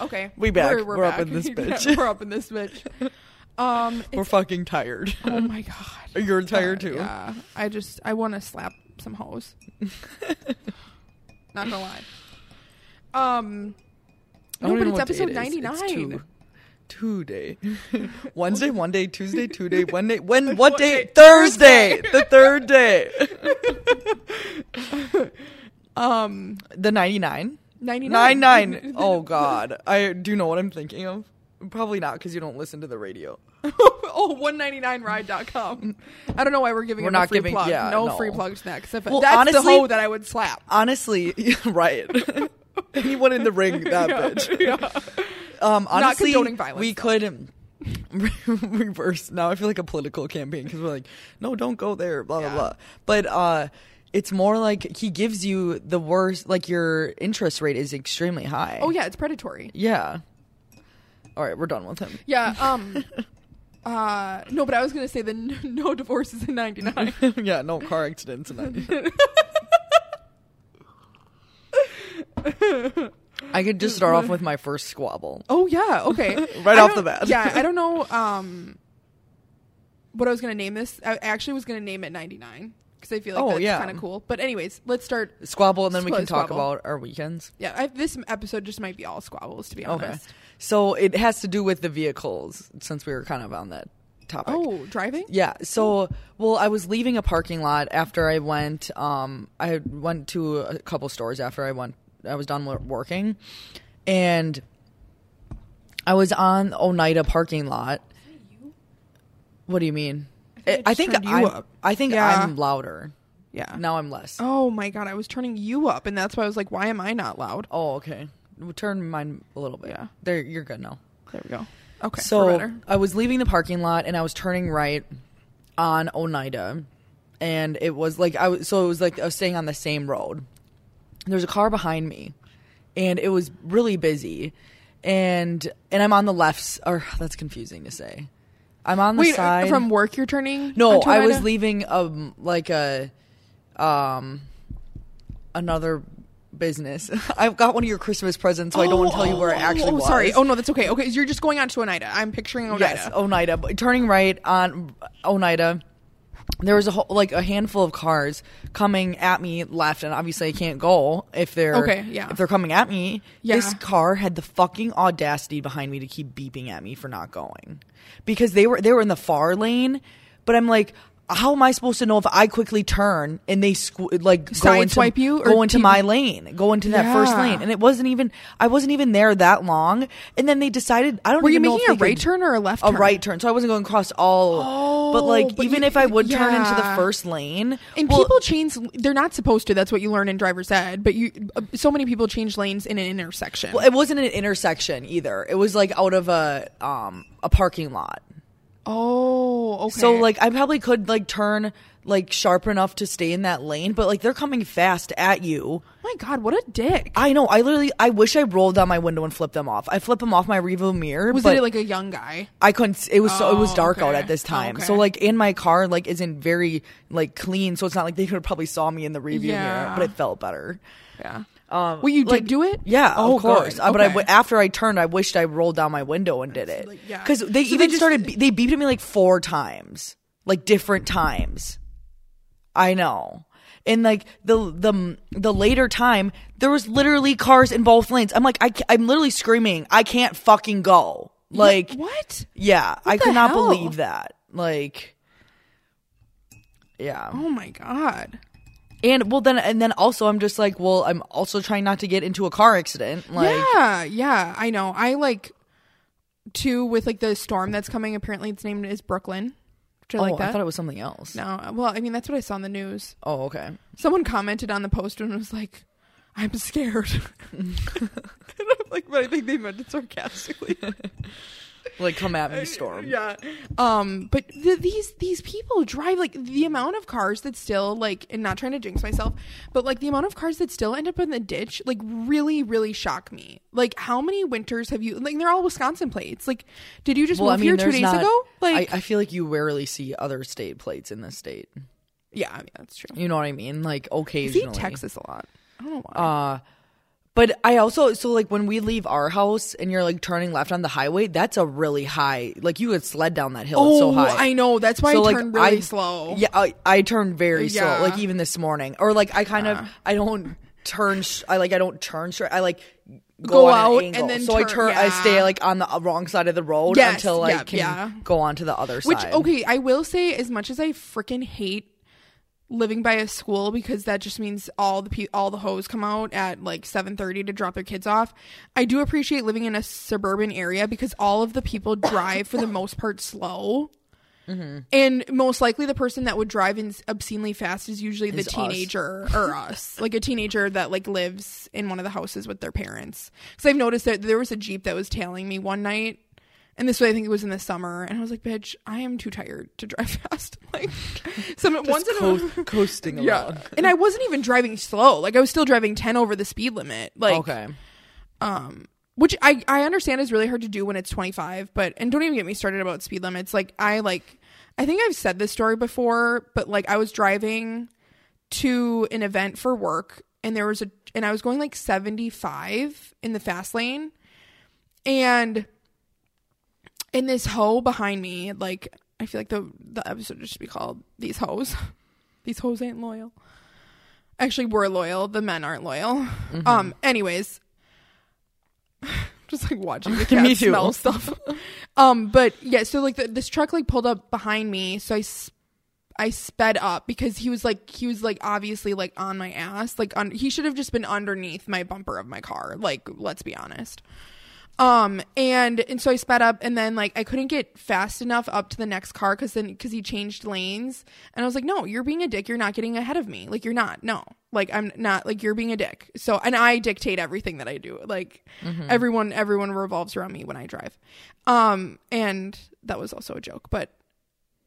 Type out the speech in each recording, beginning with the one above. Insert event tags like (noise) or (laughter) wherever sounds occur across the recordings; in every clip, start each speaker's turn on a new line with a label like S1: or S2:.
S1: Okay,
S2: We back.
S1: We're,
S2: We're up
S1: back.
S2: in
S1: (laughs)
S2: this
S1: Yeah,
S2: bitch.
S1: we're up in this bitch. Um,
S2: We're fucking tired.
S1: oh my god.
S2: You're tired
S1: Uh,
S2: too.
S1: Yeah, I just I want to slap some
S2: (laughs)
S1: hoes. Not gonna lie. Um, no,
S2: I don't
S1: but it's
S2: even know what day
S1: episode
S2: it is.
S1: ninety
S2: It's
S1: nine.
S2: two, two (laughs) day. Wednesday, one day, Tuesday, two day, one day, (laughs) when, what
S1: What
S2: day?
S1: day?
S2: Thursday, the third day.
S1: Um,
S2: (laughs) The 99?
S1: ninety (laughs)
S2: 99. (laughs) nine. Oh, God. I do you know what I'm thinking of? Probably not because you don't listen to the radio.
S1: oh, 199ride.com. I don't know why we're giving
S2: We're
S1: him a
S2: not
S1: free
S2: giving-
S1: plug.
S2: yeah,
S1: no,
S2: no.
S1: free plug to that. 'cause if
S2: Well,
S1: that's the
S2: honestly-
S1: hoe that I would
S2: (laughs)
S1: slap.
S2: Honestly, right. (laughs) Anyone in the ring,
S1: (laughs)
S2: (laughs) that bitch. Um, honestly,
S1: condoning violence,
S2: we
S1: though.
S2: could (laughs) reverse. Now I feel like a political campaign because we're like, no, don't go there, blah blah
S1: Yeah.
S2: blah. But uh, it's more like he gives you the worst. Like your interest rate is extremely high.
S1: Oh yeah, it's predatory.
S2: yeah. All right, we're done with him. (laughs)
S1: Yeah. Um. (laughs) uh. No, but I was gonna say the n- (laughs) no divorces in '99.
S2: yeah, no car accidents and I, I could just start off with my first squabble.
S1: (laughs) oh yeah. Okay.
S2: (laughs) Right
S1: I
S2: off the
S1: don't-
S2: bat.
S1: yeah. I
S2: (laughs)
S1: don't know. Um. What I was gonna name this. I actually was gonna name it '99 because I feel like
S2: Oh,
S1: that's
S2: yeah.
S1: kind of cool. But anyways, let's start.
S2: Squabble, and then we
S1: Squ-
S2: can talk
S1: squabble.
S2: about our weekends.
S1: Yeah. I, this episode just might be all squabbles to be honest.
S2: So it has to do with the vehicles since we were kind of on that topic.
S1: Oh, driving.
S2: Yeah. So, well, I was leaving a parking lot after I went. Um, I went to a couple stores after I went. I was done wo- working, and I was on Oneida parking lot. What do you mean? I,
S1: I
S2: I
S1: just
S2: think
S1: turned you
S2: I'm,
S1: up.
S2: I think
S1: Yeah.
S2: I'm louder.
S1: Yeah.
S2: Now I'm less. Oh,
S1: Oh my god, I was turning you up, and that's why I was like, "Why am I not loud?"
S2: Oh, okay. We'll Turn mine a little bit.
S1: Yeah.
S2: There, you're good now.
S1: There we go. Okay, so
S2: so I was leaving the parking lot and I was turning right on Oneida, and it was like I was so it was like I was staying on the same road. There's a car behind me, and it was really busy, and and I'm on the left. s- Or that's confusing to say. I'm on the
S1: wait, uh,
S2: side
S1: from work you're turning?
S2: no,
S1: onto
S2: I
S1: Oneida?
S2: was leaving um like a um another business. (laughs) I've got one of your Christmas presents, so I don't want to tell you where I actually
S1: oh,
S2: was.
S1: sorry. Oh no, that's okay. Okay, you're just going on to Oneida. I'm picturing Oneida.
S2: Yes, Oh, Oneida. But Turning right on Oneida, there was a whole, like a handful of cars coming at me left, and obviously I can't go if they're
S1: Okay, yeah.
S2: if they're coming at me.
S1: Yeah.
S2: This car had the fucking audacity behind me to keep beeping at me for not going because they were they were in the far lane, but I'm like. How am I supposed to know if I quickly turn and they squ- like go into,
S1: Sideswipe you or
S2: go into
S1: keep-
S2: my lane, go into that first
S1: Yeah.
S2: lane, and it wasn't even I wasn't even there that long, and then they decided I don't
S1: Were you
S2: even know
S1: making
S2: if
S1: a
S2: they
S1: right
S2: could-
S1: turn or a left?
S2: a
S1: turn?
S2: right turn. So I wasn't going across all. but
S1: Oh,
S2: like,
S1: but
S2: even
S1: you-
S2: if I would turn into the
S1: yeah.
S2: first lane,
S1: And
S2: well,
S1: people change. They're not supposed to. That's what you learn in driver's ed. But you, uh, so many people change lanes in an intersection.
S2: well, it wasn't an intersection either. It was like out of a um a parking lot.
S1: oh, okay.
S2: So like, I probably could like turn like sharp enough to stay in that lane, but like they're coming fast at you.
S1: my God, what a dick!
S2: I know. I literally. I wish I rolled down my window and flipped them off. I flipped them off my rearview mirror.
S1: was
S2: but
S1: it like a young guy?
S2: I couldn't. s- It was so. It was
S1: Oh,
S2: dark out
S1: okay.
S2: at this time. So
S1: Okay.
S2: like, in my car, like, isn't very like clean. So it's not like they could have probably saw me in the rearview mirror,
S1: Yeah.
S2: but it felt better.
S1: Yeah. Um, well, you
S2: like-
S1: did do it.
S2: Yeah,
S1: Oh,
S2: of course.
S1: good.
S2: Uh, But I
S1: Okay.
S2: w- after I turned, I wished I rolled down my window and did it.
S1: like, yeah.
S2: Because they
S1: So they
S2: even
S1: just-
S2: started. Be- they beeped at me like four times, like different times. I know. And like the the the later time, there was literally cars in both lanes. I'm like, I ca- I'm literally screaming, I can't fucking go. Like,
S1: what?
S2: yeah, I
S1: the
S2: could not
S1: hell?
S2: believe that. Like, yeah.
S1: Oh my God.
S2: And well, then and then also, I'm just like, well, I'm also trying not to get into a car accident. Like,
S1: yeah, yeah, I know. I like too with like the storm that's coming. Apparently, its name is Brooklyn. Which I
S2: oh,
S1: like that.
S2: I thought it was something else.
S1: no, well, I mean that's what I saw in the news.
S2: Oh, okay.
S1: Someone commented on the post and was like, "I'm scared." (laughs) and I'm like, but I think they meant it
S2: (laughs)
S1: sarcastically.
S2: Like, come at
S1: Uh,
S2: me, storm.
S1: yeah. Um, but th- these these people drive like the amount of cars that still like, and not trying to jinx myself, but like the amount of cars that still end up in the ditch, like really, really shock me. Like, how many winters have you? Like, they're all Wisconsin plates. Like, did you just
S2: Well, I
S1: move
S2: mean,
S1: here two
S2: there's
S1: days
S2: not,
S1: ago? Like,
S2: I, I feel like you rarely see other state plates in this state.
S1: yeah, I mean, that's true.
S2: You know what I mean? Like,
S1: I see
S2: occasionally.
S1: Texas a lot. I don't know why.
S2: Uh, But I also so like when we leave our house and you're like turning left on the highway, that's a really high. Like you could sled down that hill. it's so high.
S1: Oh, I know. That's why
S2: so
S1: I
S2: like
S1: turn really
S2: I,
S1: slow.
S2: Yeah, I, I turn very
S1: Yeah. Uh-huh.
S2: slow. Like even this morning, or like I kind of I don't turn. Sh- I like I don't turn straight. I like
S1: Go
S2: go, on
S1: out
S2: an
S1: and
S2: angle.
S1: then
S2: so I
S1: turn-
S2: turn. I
S1: yeah.
S2: stay like on the wrong side of the road
S1: Yes,
S2: until I
S1: yep,
S2: can
S1: yeah.
S2: go on to the other
S1: Which
S2: side.
S1: okay, I will say as much as I freaking hate living by a school because that just means all the pe- all the hoes come out at like 7:30 to drop their kids off. I do appreciate living in a suburban area because all of the people drive for the most part slow. And most likely, the person that would drive in obscenely fast is usually the
S2: Is us.
S1: teenager
S2: (laughs)
S1: or us, like a teenager that like lives in one of the houses with their parents. Because I've noticed that there was a jeep that was tailing me one night, and this way I think it was in the summer, and I was like, "Bitch, I am too tired to drive (laughs) fast." Like, some once in a
S2: Co- coasting
S1: (laughs)
S2: along.
S1: yeah, and I wasn't even driving slow. Like I was still driving ten over the speed limit. Like
S2: okay.
S1: Um, which I, I understand is really hard to do when it's 25 but and don't even get me started about speed limits like i like i think i've said this story before but like i was driving to an event for work and there was a and i was going like 75 in the fast lane and in this hoe behind me like i feel like the the episode should be called these hoes (laughs) these hoes ain't loyal actually we're loyal the men aren't loyal
S2: Mm-hmm.
S1: um anyways (laughs) just like watching the cat
S2: (laughs) Me too.
S1: smell
S2: (laughs)
S1: stuff um but yeah so like the, this truck like pulled up behind me so i s- I sped up because he was like he was like obviously like on my ass like un- he should have just been underneath my bumper of my car like let's be honest um and and so I sped up and then like I couldn't get fast enough up to the next car cuz then cuz he changed lanes and I was like no you're being a dick you're not getting ahead of me like you're not no like I'm not like you're being a dick so and I dictate everything that I do like everyone everyone revolves around me when I drive um and that was also a joke but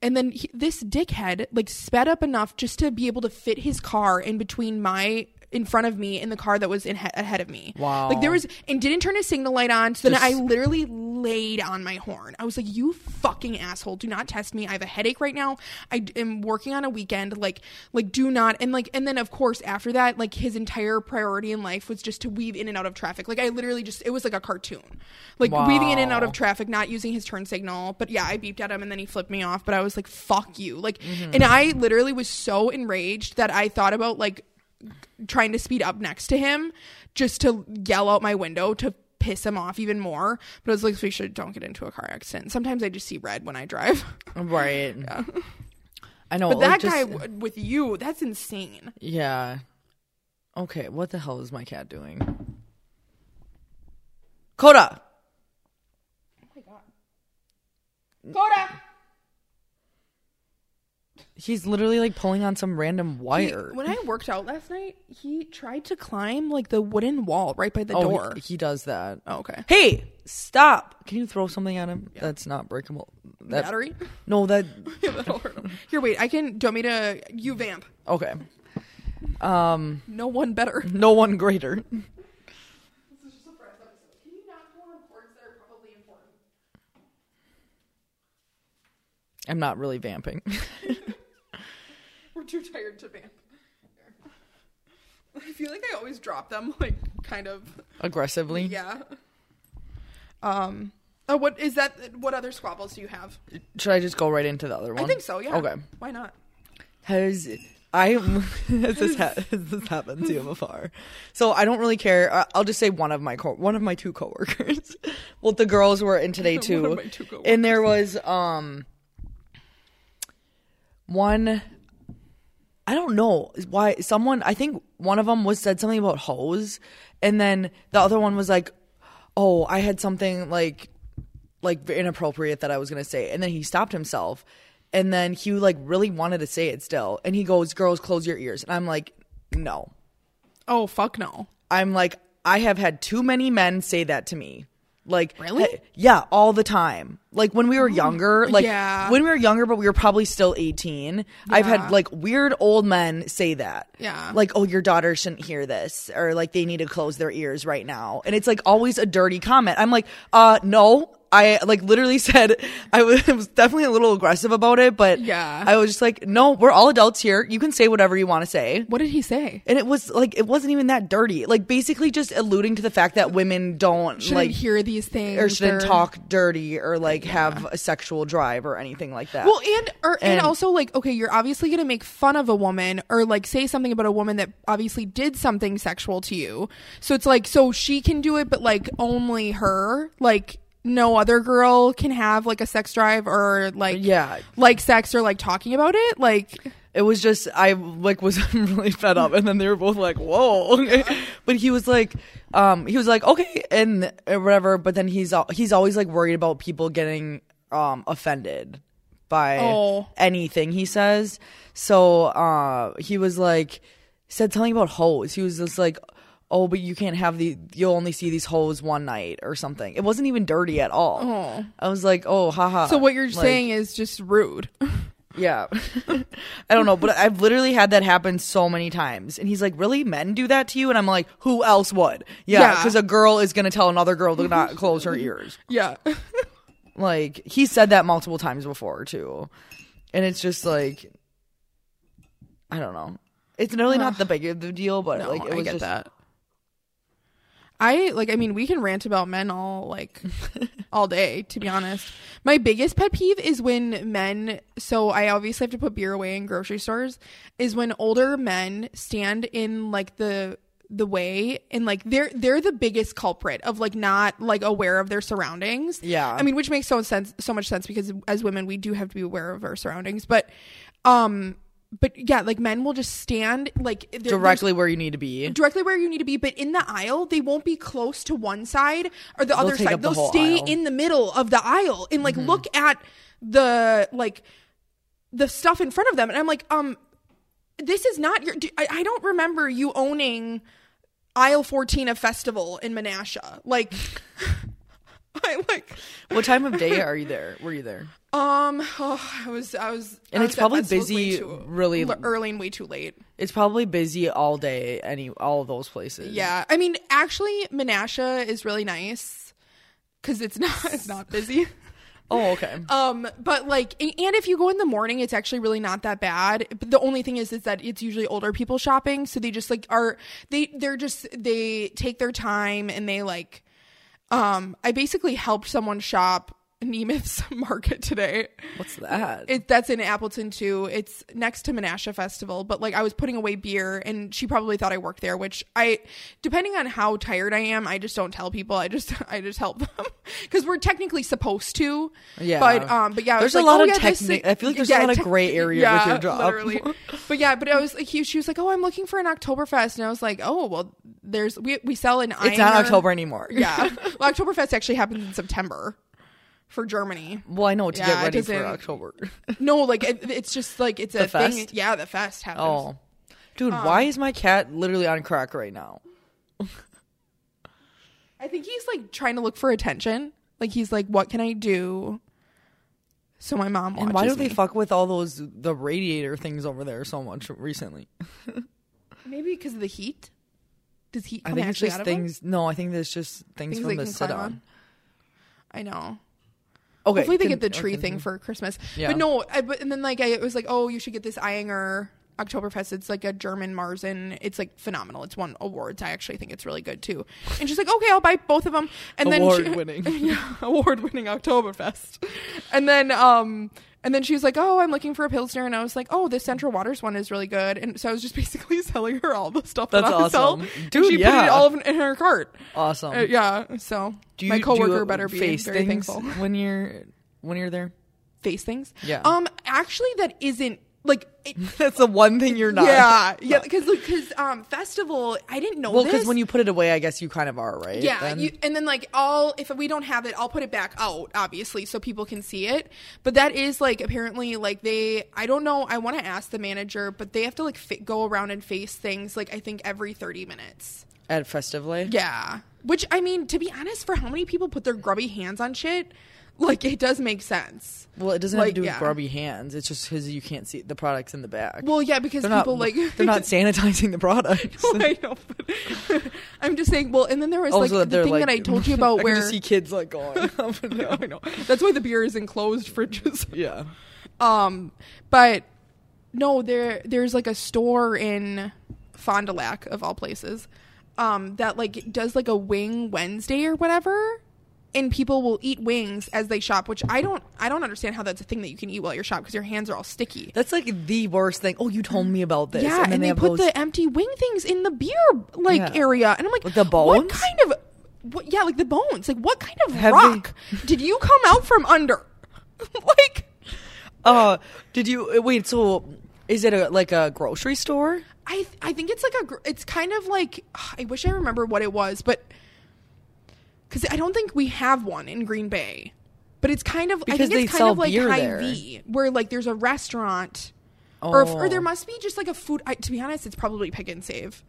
S1: and then he, this dickhead like sped up enough just to be able to fit his car in between my in front of me and the car that was in he- ahead of me.
S2: Wow.
S1: Like there was and didn't turn his signal light on. So
S2: Just-
S1: then I literally laid on my horn. I was like, "You fucking asshole! Do not test me. I have a headache right now. I d- am working on a weekend. Like, like do not." And like, and then of course after that, like his entire priority in life was just to weave in and out of traffic. Like I literally just it was like a cartoon, like weaving in and out of
S2: Wow.
S1: traffic, not using his turn signal. But yeah, I beeped at him and then he flipped me off. But I was like, fuck you. Like,
S2: Mm-hmm.
S1: and I literally was so enraged that I thought about like trying to speed up next to him just to yell out my window to piss him off even more. But I was like, we should don't get into a car accident. Sometimes I just see red when I drive. (laughs)
S2: Right. I know.
S1: But that
S2: like, just-
S1: guy w- with you, that's insane.
S2: Oh Yeah. Okay, what the hell is my cat doing? Coda!
S1: Coda!
S2: He's literally like pulling on some random
S1: He-
S2: wire.
S1: when I worked out last night, he tried to climb like the wooden wall right by the
S2: oh,
S1: door.
S2: He, he does that.
S1: oh, okay.
S2: Hey, stop! Can you throw something at him? That's not breakable. That,
S1: Battery? (laughs)
S2: No, that.
S1: Yeah, that'll hurt him. Here, wait. I can. Do you want me to? You vamp.
S2: Okay. Um,
S1: No one better.
S2: no one greater.
S1: This is just a fresh episode. Can you not pull reports that are probably important?
S2: I'm not really vamping. (laughs)
S1: We're too tired to vamp. I feel like I always drop them, (laughs) like kind of.
S2: Aggressively.
S1: Yeah. Um. Oh, what is that? What other squabbles do you have?
S2: Should I just go right into the other one?
S1: I think so. Yeah.
S2: Okay.
S1: Why not?
S2: Has I (laughs) has this ha- has this happened to you before? So I don't really care. I- I'll just say one of my co- one of my two coworkers. (laughs) well, the girls were in
S1: (laughs)
S2: today
S1: One
S2: too,
S1: of my two coworkers.
S2: and there was um one. I don't know why someone. I think one of them was said something about hose, and then the other one was like, "Oh, I had something like like inappropriate that I was gonna say, and then he stopped himself, and then he like really wanted to say it still, and he goes, "Girls, close your ears," and I'm like, "No,"
S1: Oh fuck no.
S2: I'm like, "I have had too many men say that to me." Like
S1: Really? Oh,
S2: he- yeah, all the time. Like when we were younger, like
S1: yeah.
S2: when we were younger, but we were probably still eighteen. I've
S1: Yeah.
S2: had like weird old men say that.
S1: Yeah.
S2: like oh, your daughter shouldn't hear this, or like they need to close their ears right now. And it's like always a dirty comment. I'm like, uh, no, I like literally (laughs) said I was, I was definitely a little aggressive about it, but
S1: Yeah.
S2: I was just like, no, we're all adults here. You can say whatever you want to say.
S1: What did he say?
S2: And it was like it wasn't even that dirty. Like basically just alluding to the fact that women don't
S1: Shouldn't
S2: like
S1: hear these things
S2: or shouldn't talk dirty or like have a sexual drive or anything like that.
S1: Well, and or and,
S2: And-
S1: also like okay, you're obviously going to make fun of a woman or like say something about a woman that obviously did something sexual to you. So it's like so she can do it, but like only her, like no other girl can have like a sex drive or like
S2: Yeah.
S1: like sex or like talking about it. Like
S2: it was just I like was (laughs) really fed up, and then they were both like, "Whoa!" (laughs) okay. But he was like, um, he was like, "Okay," and uh, whatever. But then he's al- he's always like worried about people getting um offended by
S1: Oh.
S2: anything he says. So uh, he was like, said something about hoes. He was just like. Oh, but you can't have the. You'll only see these hoes one night or something. It wasn't even dirty at all.
S1: Oh.
S2: I was like, oh, haha.
S1: so what you're
S2: Like,
S1: saying is just rude. (laughs)
S2: yeah. (laughs) I don't know, but I've literally had that happen so many times. And he's like, Really? Men do that to you? And I'm like, Who else would? Yeah.
S1: Yeah.
S2: Because a girl is going to tell another girl
S1: (laughs)
S2: to not close her ears.
S1: yeah.
S2: Like, he said that multiple times before, too. And it's just like, I don't know. It's really not the big of the deal, but like, it was just,
S1: I like I mean we can rant about men all like (laughs) all day to be honest. My biggest pet peeve is when men so I obviously have to put beer away in grocery stores is when older men stand in like the the way and like they're they're the biggest culprit of like not like aware of their surroundings.
S2: Yeah.
S1: I mean which makes so sense so much sense because as women we do have to be aware of our surroundings but um but yeah like men will just stand like they're- they're
S2: directly where you need to be.
S1: directly where you need to be, but in the aisle, they won't be close to one side or the other
S2: take up
S1: side.
S2: the
S1: They'll
S2: whole
S1: stay
S2: aisle. Mm-hmm.
S1: in the middle of the aisle and like look at the like the stuff in front of them. And I'm like, um, this is not your. do- I, I don't remember you owning aisle 14 of festival in Menasha. Like, (laughs) I like,
S2: What time of day
S1: (laughs)
S2: are you there? Were you there?
S1: um, oh, I was, I was,
S2: And
S1: I
S2: it's
S1: was at
S2: probably
S1: Festival's way
S2: busy
S1: too
S2: really-
S1: l- early and way too late.
S2: It's probably busy all day, any all of those places.
S1: Yeah, I mean, actually, Menasha is really nice because it's not (laughs) it's not busy.
S2: Oh, okay.
S1: Um, but like, a- and if you go in the morning, it's actually really not that bad. But the only thing is, is that it's usually older people shopping, so they just like are they they're just they take their time and they like. Um, I basically helped someone shop Nemeth's (laughs) Market today.
S2: What's that?
S1: It, that's in Appleton too. It's next to Menasha Festival, but like I was putting away beer and she probably thought I worked there, which I depending on how tired I am, I just don't tell people. I just (laughs) I just help them cuz we're technically supposed to.
S2: Yeah.
S1: But um but yeah, I was
S2: There's a
S1: like,
S2: lot
S1: "Oh,
S2: of
S1: yeah, this
S2: techni-
S1: is-
S2: I feel like there's a lot of gray area with your job. (laughs)
S1: literally. but yeah, but I was like he, she was like, "Oh, I'm looking for an Oktoberfest." And I was like, "Oh, well, there's we we sell an
S2: it's not October anymore.
S1: (laughs) Yeah. well, Oktoberfest actually happens in September for Germany.
S2: Well, I know to
S1: Yeah,
S2: get
S1: it
S2: ready for
S1: doesn't-
S2: October.
S1: (laughs) No, like it, it's just like it's a
S2: The
S1: thing.
S2: fest?
S1: Yeah, the fest happens.
S2: oh, dude, why
S1: Um,
S2: is my cat literally on crack right now?
S1: I think he's like trying to look for attention. Like he's like, what can I do? So my mom watches
S2: And why do they
S1: me.
S2: fuck with all those the radiator things over there so much recently?
S1: Oh, Maybe because of the heat. Does heat
S2: I
S1: come
S2: think it's
S1: actually
S2: just
S1: out of them?
S2: things. No, I think there's just things,
S1: Things
S2: from
S1: they
S2: the
S1: can
S2: sit
S1: climb
S2: on.
S1: on? I know.
S2: Okay,
S1: Hopefully they
S2: can-
S1: get the tree
S2: okay.
S1: thing for Christmas.
S2: Yeah.
S1: But no, I, but and then like I it was like, oh, you should get this Eyinger Oktoberfest. It's like a German Marzen. It's like phenomenal. It's won awards. I actually think it's really good too. And she's like, okay, I'll buy both of them. And then she- (laughs)
S2: Award-winning.
S1: yeah, award-winning Oktoberfest. And then um and then she was like, "Oh, I'm looking for a pilsner," and I was like, "Oh, this Central Waters one is really good." And so I was just (laughs) basically selling her all the stuff
S2: That's
S1: that I sell.
S2: awesome.
S1: And
S2: Dude,
S1: she put
S2: yeah.
S1: it all in- in her cart.
S2: Awesome.
S1: Uh, yeah. So
S2: do you,
S1: my
S2: do you
S1: coworker better be
S2: face
S1: very
S2: things
S1: thankful
S2: (laughs) when you're when you're there. (laughs)
S1: face things.
S2: Yeah.
S1: Um. Actually, that isn't like.
S2: (laughs)
S1: It, (laughs)
S2: That's the one thing you're not.
S1: yeah. Yeah. Because because um festival, I didn't know.
S2: Well,
S1: because
S2: because when you put it away, I guess you kind of are right.
S1: Yeah,
S2: then?
S1: you, and then like all if we don't have it, I'll put it back out, obviously, so people can see it. But that is like apparently like they I don't know. I want to ask the manager, but they have to like fi- go around and face things like I think every thirty minutes.
S2: at festively.
S1: Yeah, which I mean to be honest, for how many people put their grubby hands on shit, Like it does make sense.
S2: Well, it doesn't have
S1: Like,
S2: to do with
S1: yeah.
S2: grubby hands. It's just his. You can't see the products in the back.
S1: Well, yeah, because
S2: they're
S1: people
S2: (laughs) not
S1: like (laughs)
S2: they're not sanitizing the products.
S1: I know, but (laughs) I'm just saying. Well, and then there was
S2: also,
S1: like the
S2: Oh, they're
S1: thing
S2: like
S1: that I told you
S2: (laughs) I
S1: about
S2: can
S1: where
S2: just see kids
S1: (laughs)
S2: like going. I know, I know.
S1: that's why the beer is enclosed fridges.
S2: Yeah.
S1: Um, but no, there there's like a store in Fond du Lac of all places, um, that like does like a wing Wednesday or whatever, and people will eat wings as they shop. Which I don't I don't understand how that's a thing that you can eat while you're shop because your hands are all sticky.
S2: That's like the worst thing. Oh, you told me about this.
S1: Yeah, and,
S2: then
S1: they,
S2: have
S1: put
S2: those-
S1: the empty wing things in the beer like
S2: Yeah.
S1: area, and I'm like,
S2: Like the
S1: What
S2: bones?
S1: kind of? What, yeah, like the bones. Like what kind of
S2: Have they-
S1: rock did you come out from under? (laughs) like,
S2: Uh, did you wait? So, is it a like a grocery store?
S1: I th- I think it's like a gr- it's kind of like I wish I remember what it was, but because I don't think we have one in Green Bay, but it's kind of I
S2: Because
S1: think
S2: they
S1: it's kind
S2: sell
S1: of like
S2: beer
S1: high
S2: there.
S1: V where like there's a restaurant or if, or
S2: Oh.
S1: there must be just like a food. I, to be honest, it's probably pick and save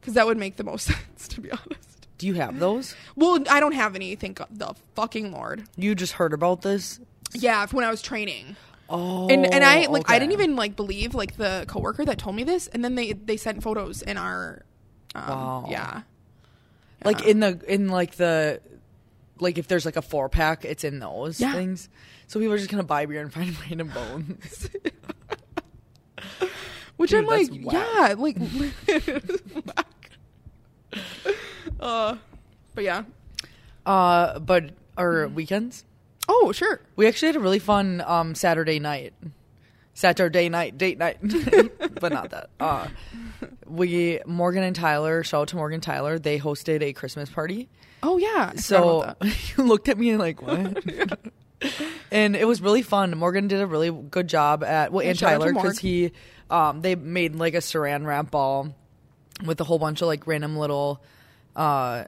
S1: because that would make the most (laughs) sense. To be honest,
S2: Do you have those?
S1: well, I don't have any. Thank the fucking lord.
S2: You just heard about this?
S1: Yeah, when I was training.
S2: Oh,
S1: and and I like I didn't
S2: okay.
S1: even like believe like the coworker that told me this, and then they they sent photos in our, um,
S2: Wow.
S1: yeah,
S2: like in the in like the like if there's like a four pack, it's in those
S1: Yeah.
S2: things. So people are just gonna buy beer and find (laughs) random bones.
S1: which
S2: Dude,
S1: I'm
S2: that's
S1: like,
S2: whack.
S1: yeah, like, whack. (laughs) uh, but yeah.
S2: uh, but or weekends.
S1: Oh sure,
S2: We actually had a really fun um, Saturday night. Saturday night, date night, (laughs) but not that. Uh, we Morgan and Tyler. Shout out to Morgan and Tyler. They hosted a Christmas party.
S1: oh yeah. I forgot
S2: So
S1: about that.
S2: (laughs) you looked at me like what?
S1: (laughs)
S2: and it was really fun. Morgan did a really good job at well,
S1: Yeah,
S2: and
S1: shout out to
S2: Tyler because
S1: Morg.
S2: he, um, they made like a Saran wrap ball with a whole bunch of like random little, uh,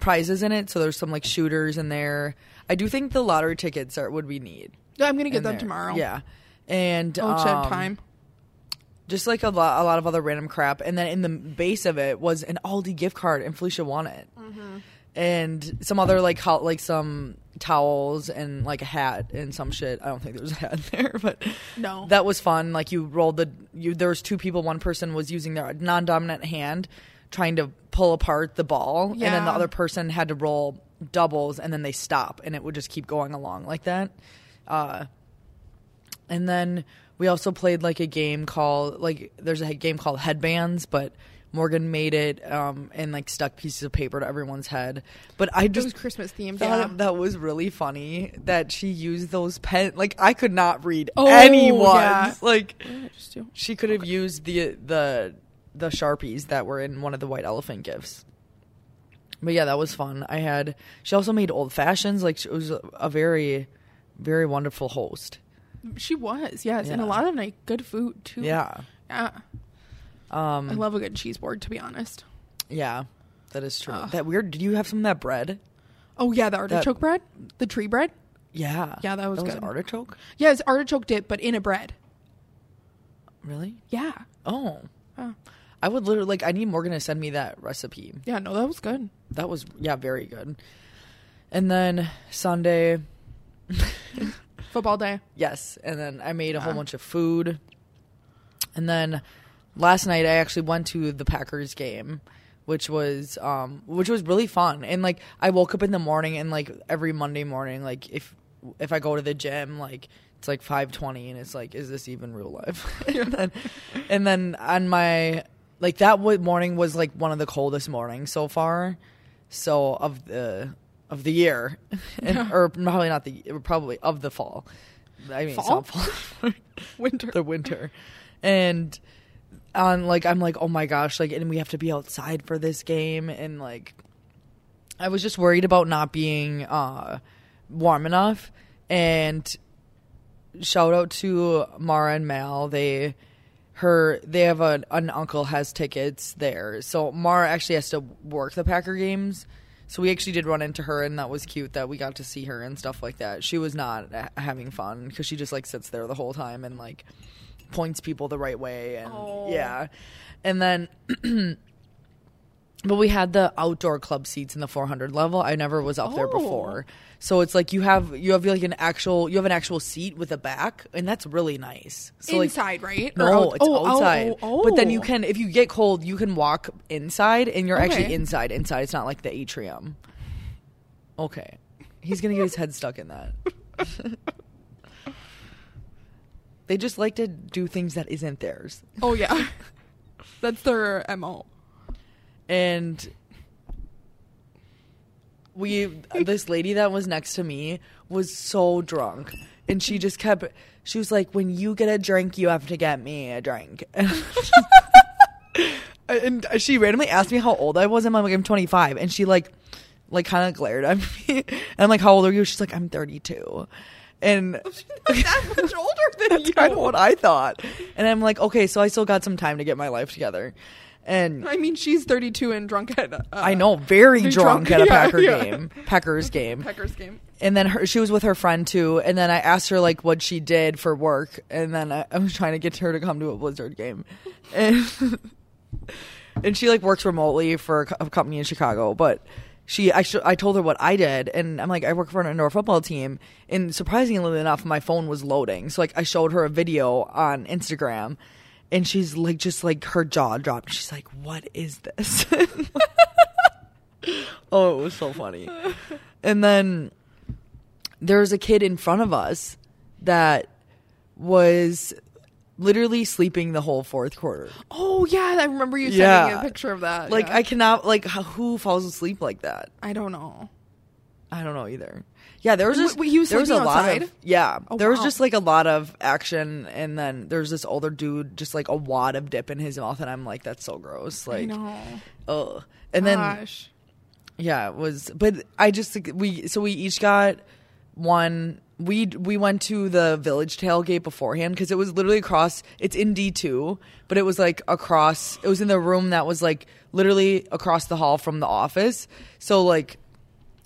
S2: prizes in it. So there's some like shooters in there. I do think the lottery tickets are would be neat.
S1: No, I'm gonna get
S2: in
S1: them
S2: there.
S1: tomorrow.
S2: Yeah, and
S1: Oh, check
S2: um,
S1: time.
S2: Just like a lot, a lot of other random crap, and then in the base of it was an Aldi gift card, and Felicia won it,
S1: Mm-hmm.
S2: and some other like ho- like some towels and like a hat and some shit. I don't think there was a hat (laughs) there, but
S1: No.
S2: that was fun. Like you rolled the you. There was two people. One person was using their non-dominant hand, trying to pull apart the ball, and then the
S1: Yeah.
S2: other person had to roll doubles, and then they stop, and it would just keep going along like that. Uh, and then we also played like a game called like there's a game called Headbands, but Morgan made it um, and like stuck pieces of paper to everyone's head. But I
S1: It
S2: just
S1: was Christmas themed.
S2: thought
S1: Yeah.
S2: that was really funny that she used those pen. Like I could not read
S1: Oh,
S2: anyone's.
S1: yeah.
S2: (laughs) Like
S1: Yeah, just do.
S2: she could have used the the the sharpies that were in one of the white elephant gifts. But yeah, that was fun. I had. She also made old fashions. Like she was a- a very, very wonderful host.
S1: She was yes, and a
S2: Yeah.
S1: lot of like good food too.
S2: Yeah.
S1: Yeah. Mm.
S2: Um.
S1: I love a good cheese board, to be honest.
S2: Yeah, that is true.
S1: Ugh.
S2: That weird. Did you have some of that bread?
S1: Oh yeah, the artichoke bread, the tree bread.
S2: Yeah.
S1: Yeah, that was
S2: that
S1: good.
S2: Was artichoke.
S1: Yeah, it's artichoke dip, but in a bread.
S2: Really?
S1: Yeah.
S2: Oh,
S1: Oh.
S2: I would literally like. I need Morgan to send me that recipe.
S1: Yeah, no, that was good.
S2: That was yeah, very good. And then Sunday, (laughs)
S1: Football day.
S2: yes. And then I made a whole
S1: Yeah.
S2: bunch of food. And then last night I actually went to the Packers game, which was um which was really fun. And like I woke up in the morning and like every Monday morning, like if if I go to the gym, like it's like five twenty and it's like, is this even real life? (laughs) and then and then on my like that wa- morning was like one of the coldest mornings so far. So of the of the year, (laughs) and, or probably not the probably of the fall. I mean, it's
S1: Fall?
S2: not fall. (laughs)
S1: Winter.
S2: the winter and on like i'm like oh my gosh like and we have to be outside for this game and like i was just worried about not being uh warm enough and shout out to mara and mal they her they have a, an uncle has tickets there so mara actually has to work the packer games so we actually did run into her and that was cute that we got to see her and stuff like that she was not ha- having fun because she just like sits there the whole time and like points people the right way and
S1: Oh.
S2: yeah and then But we had the outdoor club seats in the 400 level. I never was up there
S1: Oh.
S2: before, so it's like you have you have like an actual you have an actual seat with a back, and that's really nice. So like,
S1: Inside, right? Or
S2: No,
S1: out-
S2: it's
S1: oh, oh,
S2: outside.
S1: oh,
S2: But then
S1: oh.
S2: you can, if you get cold, you can walk inside, and you're actually
S1: Okay.
S2: inside. Inside, it's not like the atrium. Okay, he's gonna get his head stuck
S1: (laughs)
S2: in that. they just like to do things that isn't theirs,
S1: (laughs) Oh yeah, (laughs) that's their (laughs) mo.
S2: and we this lady that was next to me was so drunk and she just kept she was like when you get a drink you have to get me a drink (laughs) and she randomly asked me how old i was and i'm like i'm 25 and she like like kind of glared at (laughs) me and i'm like how old are you she's like i'm 32 and
S1: that much older than
S2: that's
S1: you.
S2: kind of what i thought and i'm like okay so i still got some time to get my life together and
S1: I mean, she's 32 and drunk at. Uh,
S2: I know, very
S1: Very
S2: drunk,
S1: drunk.
S2: at
S1: (laughs)
S2: a
S1: Yeah,
S2: Packer
S1: yeah.
S2: game, Packers game.
S1: Peckers game.
S2: And then her, she was with her friend too. And then I asked her like what she did for work. And then I, I was trying to get her to come to a Blizzard game, and (laughs) and she like works remotely for a co- a company in Chicago, but. She, I, sh- I told her what I did, and I'm like, I work for an indoor football team. And surprisingly enough, my phone was loading, so like I showed her a video on Instagram, and she's like, just like her jaw dropped. She's like, "What is this?" (laughs) oh, it was so funny. And then there's a kid in front of us that was literally sleeping the whole fourth quarter.
S1: Oh yeah, I remember you sending
S2: Yeah.
S1: a picture of that.
S2: Like
S1: Oh, yeah.
S2: I cannot like h- who falls asleep like that?
S1: I don't know.
S2: I don't know either. Yeah, there was
S1: Wait,
S2: just
S1: wait, he was
S2: there was a
S1: sleeping
S2: lot of
S1: outside?
S2: yeah.
S1: Oh,
S2: there was
S1: wow.
S2: just like a lot of action, and then there's this older dude just like a wad of dip in his mouth, and I'm like, that's so gross.
S1: I
S2: Like,
S1: know.
S2: ugh. And then
S1: Gosh.
S2: Yeah, it was. But I just think we so we each got one. We we went to the village tailgate beforehand because it was literally across. It's in D two, but it was like across. It was in the room that was like literally across the hall from the office. So like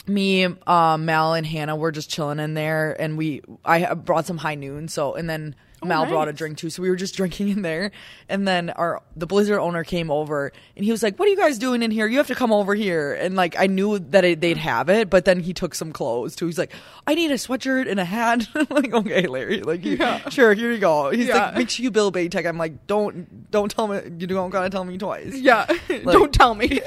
S2: me, uh, Mal, and Hannah were just chilling in there, and we I ha- brought some high noon. So and then Mal brought a
S1: nice.
S2: drink too, so we were just (laughs) drinking in there. And then our the Blizzard owner came over, and he was like, "What are you guys doing in here? You have to come over here." And like I knew that it, they'd have it, but then he took some clothes too. He's like, "I need a sweatshirt and a hat." (laughs) I'm like, okay, Larry, like, you, sure, here you go. He's like,
S1: Yeah.
S2: "Make sure you bill Baytech." I'm like, "Don't don't tell me. You don't gotta tell me twice."
S1: Yeah. (laughs) don't tell me.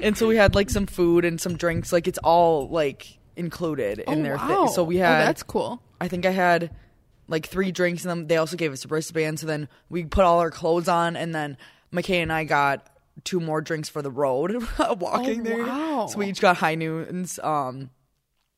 S2: and so we had like some food and some drinks like it's all like included in
S1: oh,
S2: their
S1: wow.
S2: thing so we
S1: Oh,
S2: had
S1: that's cool.
S2: i think i had like three drinks and then they also gave us wristbands so then we put all our clothes on and then mckay and i got two more drinks for the road (laughs) walking
S1: Oh,
S2: there
S1: wow.
S2: so we each got high noons um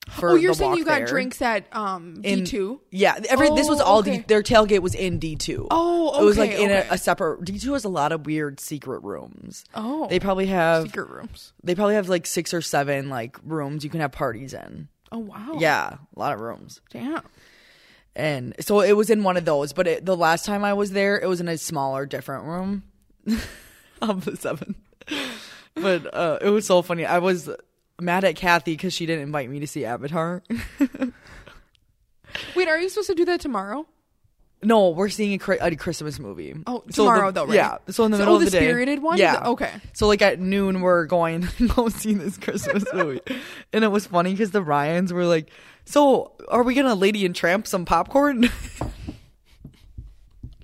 S2: for
S1: Oh, you're
S2: the
S1: saying
S2: walk
S1: you got
S2: there.
S1: drinks at um
S2: In-
S1: D two?
S2: yeah every this was
S1: Oh,
S2: all
S1: okay.
S2: d their tailgate was in d2
S1: Oh,
S2: it was like
S1: okay,
S2: in
S1: okay.
S2: a, a separate d2 has a lot of weird secret rooms
S1: Oh.
S2: they probably have
S1: Secret rooms.
S2: they probably have like six or seven like rooms you can have parties in.
S1: Oh wow.
S2: Yeah, a lot of rooms.
S1: Damn.
S2: And so it was in one of those, but it, the last time I was there, it was in a smaller, different room (laughs) of the seven. But uh, it was so funny. I was mad at Kathy because she didn't invite me to see Avatar.
S1: Wait, are you supposed to do that tomorrow?
S2: no, we're seeing a, Chri- a Christmas movie.
S1: Oh,
S2: So
S1: tomorrow
S2: the-
S1: though, right?
S2: Yeah. So in the
S1: So-
S2: middle
S1: oh,
S2: of the,
S1: the
S2: day.
S1: spirited one?
S2: Yeah.
S1: The- okay.
S2: So like at noon, we're going (laughs) to go see this Christmas movie, (laughs) and it was funny because the Ryans were like, "So are we gonna Lady and Tramp some popcorn?" (laughs)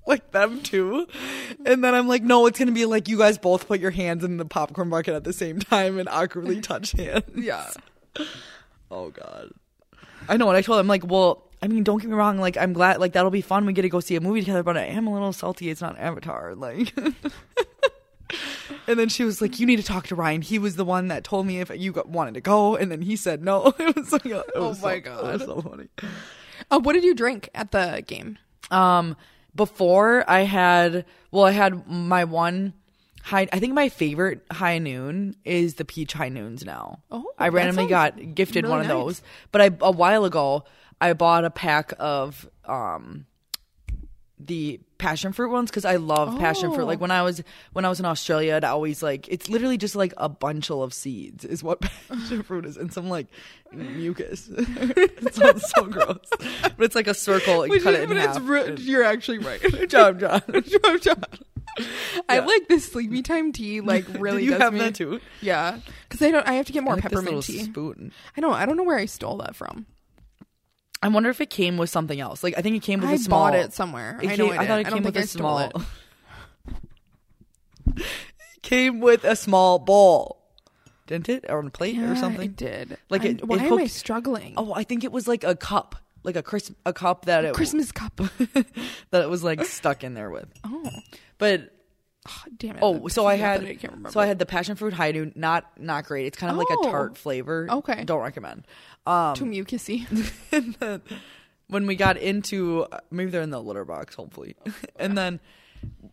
S2: like them too, and then I'm like, "No, it's gonna be like you guys both put your hands in the popcorn bucket at the same time and awkwardly touch hands."
S1: Yeah.
S2: Oh God. I know, and I told him like, well, I mean, don't get me wrong, like I'm glad, like that'll be fun. We get to go see a movie together, but I am a little salty. It's not Avatar, (laughs) like. and then she was like, "You need to talk to Ryan. He was the one that told me if you got, wanted to go." And then he said no. (laughs) It was like, a- it
S1: Oh
S2: was
S1: my
S2: so- it was so funny.
S1: (laughs) Uh, what did you drink at the game?
S2: Um, before I had, well, I had my one high. I think my favorite high noon is the peach high noons now.
S1: Oh,
S2: I
S1: that
S2: randomly
S1: sounds
S2: got gifted
S1: really
S2: one of
S1: nice.
S2: those, but I a while ago I bought a pack of um the passion fruit ones because I love passion fruit.
S1: Oh.
S2: Like when I was when I was in Australia, I'd always like it's literally just like a bunchel of seeds is what (laughs) passion fruit is, and some like mucus. (laughs) it sounds so gross, but it's like a circle.
S1: (laughs)
S2: And
S1: Which
S2: cut
S1: is-
S2: it in
S1: but it's
S2: half. (laughs)
S1: ru- you're actually right.
S2: Good job, John.
S1: Good job, John. I
S2: Yeah.
S1: like this sleepy time tea.
S2: (laughs)
S1: Like really,
S2: Did you
S1: does
S2: have
S1: me.
S2: that too?
S1: Yeah, because I don't. I have to get more
S2: I like this
S1: peppermint
S2: little
S1: tea.
S2: spoon.
S1: I know. I don't know where I stole that from.
S2: I wonder if it came with something else. Like I think it came with
S1: I
S2: a small.
S1: bought it somewhere.
S2: It
S1: I know.
S2: came-
S1: I,
S2: thought
S1: did.
S2: it
S1: I don't
S2: came
S1: think
S2: with
S1: I
S2: a
S1: stole
S2: (laughs) small.
S1: it.
S2: came with a small ball, didn't it, or on a plate
S1: Yeah,
S2: or
S1: It
S2: something?
S1: did.
S2: Like,
S1: I'm-
S2: it- it
S1: why am I
S2: hooked-
S1: struggling?
S2: Oh, I think it was like a cup, like a crisp, a cup that it
S1: Christmas cup.
S2: (laughs) that it was like stuck in there with.
S1: Oh,
S2: But
S1: Ah, damn it.
S2: oh,
S1: That's
S2: so I
S1: something
S2: had
S1: that I can't remember.
S2: so I had the passion fruit haidu. Not not great. It's kind of like
S1: Oh.
S2: a tart flavor.
S1: Okay.
S2: don't recommend. Um,
S1: too mucusy.
S2: (laughs) and then when we got into maybe they're in the litter box hopefully
S1: Oh,
S2: and then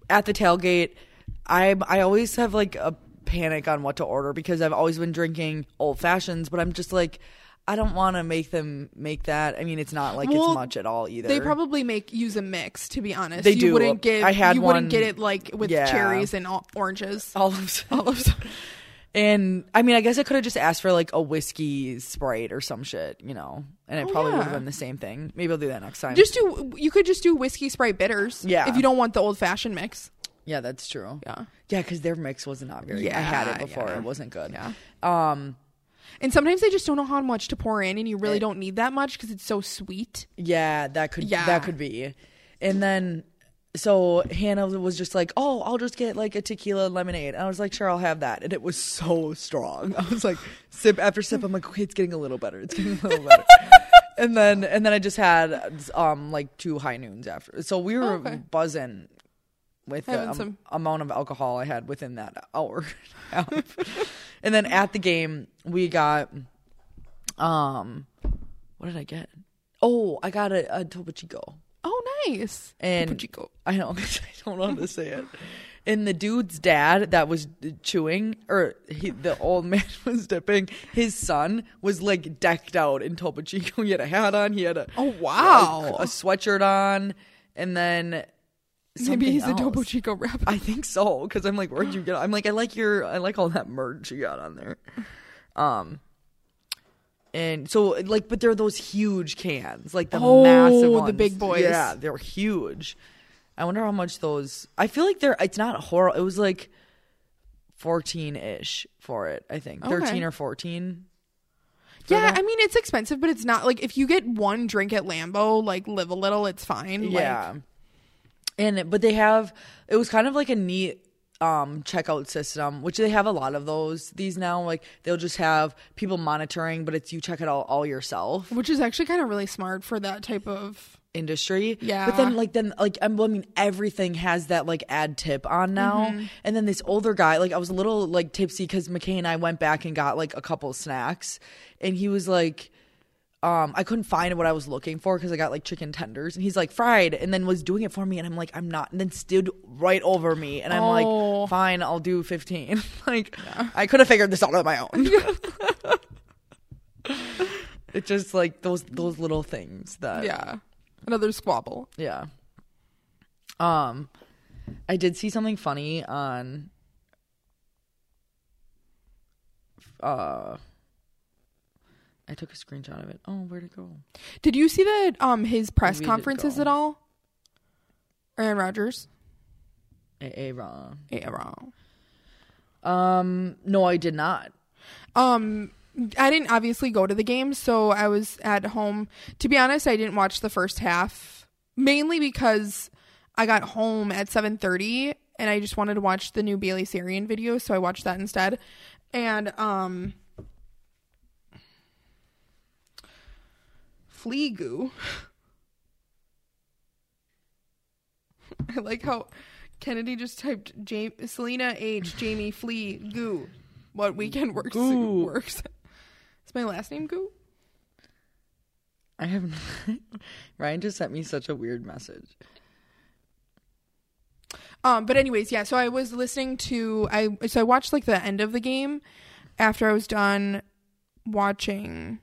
S2: at the tailgate i i always have like a panic on what to order because i've always been drinking old fashions but i'm just like i don't want to make them make that i mean it's not like
S1: Well,
S2: it's much at all either
S1: They
S2: (laughs)
S1: probably make use a mix. To be honest,
S2: They
S1: you
S2: do.
S1: Wouldn't get.
S2: I had
S1: you
S2: one-
S1: wouldn't get it like with
S2: Yeah.
S1: cherries and o- oranges.
S2: olives
S1: (laughs)
S2: olives and i mean i guess i could have just asked for like a whiskey sprite or some shit you know and it
S1: Oh,
S2: probably would have
S1: yeah.
S2: been the same thing maybe i'll do that next time
S1: Just do. You could just do whiskey sprite bitters.
S2: Uh, Yeah.
S1: If you don't want the old fashioned mix.
S2: yeah that's true
S1: Yeah.
S2: Yeah, because their mix was not very. I had it
S1: Yeah,
S2: before;
S1: yeah.
S2: it wasn't good.
S1: Yeah.
S2: Um.
S1: And sometimes they just don't know how much to pour in, and you really don't need that much because it's so sweet.
S2: Yeah, that could.
S1: Yeah.
S2: That could be. And then, so Hannah was just like, "Oh, I'll just get like a tequila lemonade." And I was like, "Sure, I'll have that." And it was so strong. (laughs) I was like, sip after sip. I'm like, "Okay, it's getting a little better. It's getting a little better." and then, and then I just had um like two high noons after. So we were
S1: Oh, Okay.
S2: buzzing with the
S1: Having
S2: um,
S1: some-
S2: amount of alcohol I had within that hour. (laughs) and a half. And then at the game, we got um, what did I get? Oh, I got a, a Topo Chico,
S1: Oh, nice.
S2: and
S1: Topo Chico.
S2: I know (laughs) I don't know how to say it. And the dude's dad that was chewing, or he, the old (laughs) man was dipping. His son was like decked out in Topo Chico. (laughs) He had a hat on. He had a
S1: Oh, wow.
S2: a, a sweatshirt on, and then
S1: Maybe he's a Topo
S2: Chico.
S1: Chico rep.
S2: I think so because I'm like, where'd you get? I'm like, I like your, I like all that merch you got on there. Um, and so like, but they're those huge cans, like the
S1: Oh,
S2: massive,
S1: the
S2: ones.
S1: big boys.
S2: Yeah, they're huge. I wonder how much those. I feel like they're. It's not horrible. It was like fourteen ish for it. I think
S1: Okay.
S2: thirteen or fourteen.
S1: yeah, I mean it's expensive, but it's not like if you get one drink at Lambo, like live a little, it's fine.
S2: Yeah. and but they have it was kind of like a neat um checkout system, which they have a lot of those these now. Like they'll just have people monitoring, but it's you check it out all yourself
S1: Like, which is actually kind of really smart for that type of.
S2: industry.
S1: Yeah.
S2: But then like then like I'm, well, I mean everything has that like ad tip on now.
S1: Mm-hmm.
S2: And then this older guy, like I was a little like tipsy because McKay and I went back and got like a couple snacks, and he was like. Um, I couldn't find what I was looking for because I got like chicken tenders, and he's like fried, and then was doing it for me, and I'm like, I'm not, and then stood right over me, and I'm
S1: Oh.
S2: like, fine, I'll do 15. (laughs) like, I could have figured this out on my
S1: (laughs)
S2: own. (laughs) it's just like those those little things that
S1: Yeah. Another squabble.
S2: yeah. Um, I did see something funny on. Uh, I took a screenshot of it. Oh, where'd it go?
S1: Did you see that? Um, his press
S2: Maybe it
S1: conferences
S2: go.
S1: at all? Aaron Rodgers.
S2: Aaron.
S1: Aaron.
S2: Um, no, I did not.
S1: Um, I didn't obviously go to the game, so I was at home. To be honest, I didn't watch the first half mainly because I got home at seven thirty, and I just wanted to watch the new Bailey Sarian video, so I watched that instead. And um, flea goo. (laughs) I like how Kennedy just typed Jam Selena H. Jamie Flea Goo. What weekend works
S2: Goo.
S1: works? (laughs) Is my last name Goo?
S2: I have. (laughs) Ryan just sent me such a weird message.
S1: Um, but anyways, yeah. So I was listening to I so I watched like the end of the game after I was done watching.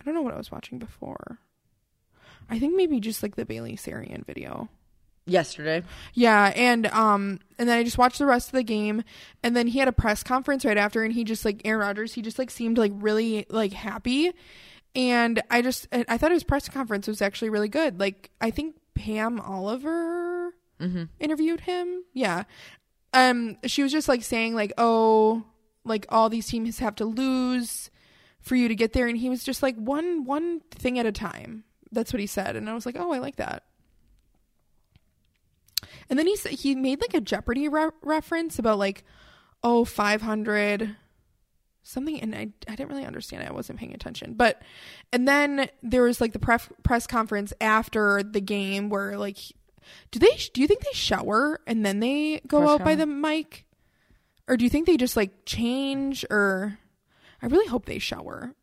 S1: I don't know what I was watching before. I think maybe just like the Bailey Sarian video.
S2: Yesterday.
S1: Yeah, and um and then I just watched the rest of the game and then he had a press conference right after and he just like Aaron Rodgers, he just like seemed like really like happy. And I just I I thought his press conference was actually really good. Like I think Pam Oliver interviewed him. Yeah. Um, she was just like saying like, oh, like all these teams have to lose for you to get there, and he was just like one one thing at a time. That's what he said, and I was like, oh, I like that. And then he said he made like a Jeopardy re- reference about like, oh, 500 something and I, I didn't really understand it. I wasn't paying attention. But and then there was like the pref- press conference after the game where like do they do you think they shower and then they go
S2: Press
S1: out by the mic? Or do you think they just like change or I really hope they shower.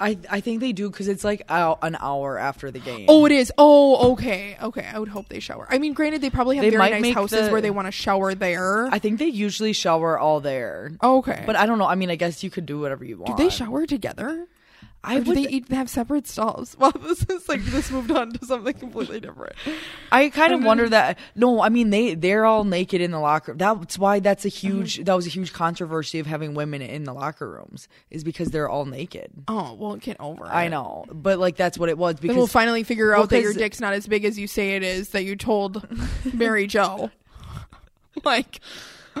S2: I I think they do because it's like ou- an hour after the game.
S1: Oh, it is. Oh, okay. Okay. I would hope they shower. I mean, granted they probably have
S2: They
S1: very
S2: might
S1: nice
S2: make
S1: houses
S2: the-
S1: where they want to shower there.
S2: I think they usually shower all there.
S1: okay.
S2: But I don't know. I mean, I guess you could do whatever you want.
S1: Do they shower together?
S2: I
S1: Or do
S2: would-
S1: they eat, they have separate stalls? (laughs) Well, this is like this moved on to something completely different.
S2: I kind of
S1: I'm
S2: wonder that. No, I mean they they're all naked in the locker. That's why that's a
S1: Mm-hmm.
S2: huge that was a huge controversy of having women in the locker rooms is because they're all naked.
S1: Oh well, get over. It.
S2: I know, but like that's what it was
S1: Then we'll
S2: because
S1: finally figure
S2: well,
S1: out that your
S2: 'cause-
S1: dick's not as big as you say it is that you (laughs) told Mary Jo. (laughs) like,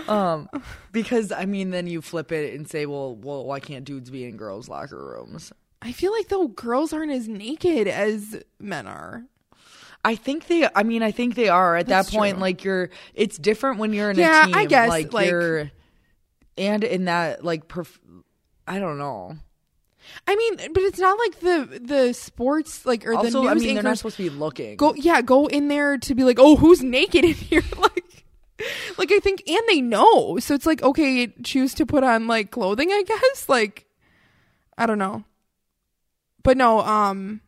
S2: um because I mean then you flip it and say well well why can't dudes be in girls locker rooms?
S1: I feel like though girls aren't as naked as men are.
S2: I think they. I mean I think they are at
S1: That's
S2: that point.
S1: true.
S2: Like you're, it's different when you're in
S1: Yeah,
S2: a team.
S1: I guess, like-
S2: you're, and in that like perf- I don't know.
S1: I mean, but it's not like the the sports like or the
S2: Also,
S1: news
S2: I mean they're not
S1: anchors
S2: supposed to be looking.
S1: go yeah go in there to be like oh who's naked in here (laughs) like like i think and they know so it's like okay choose to put on like clothing i guess like i don't know but no um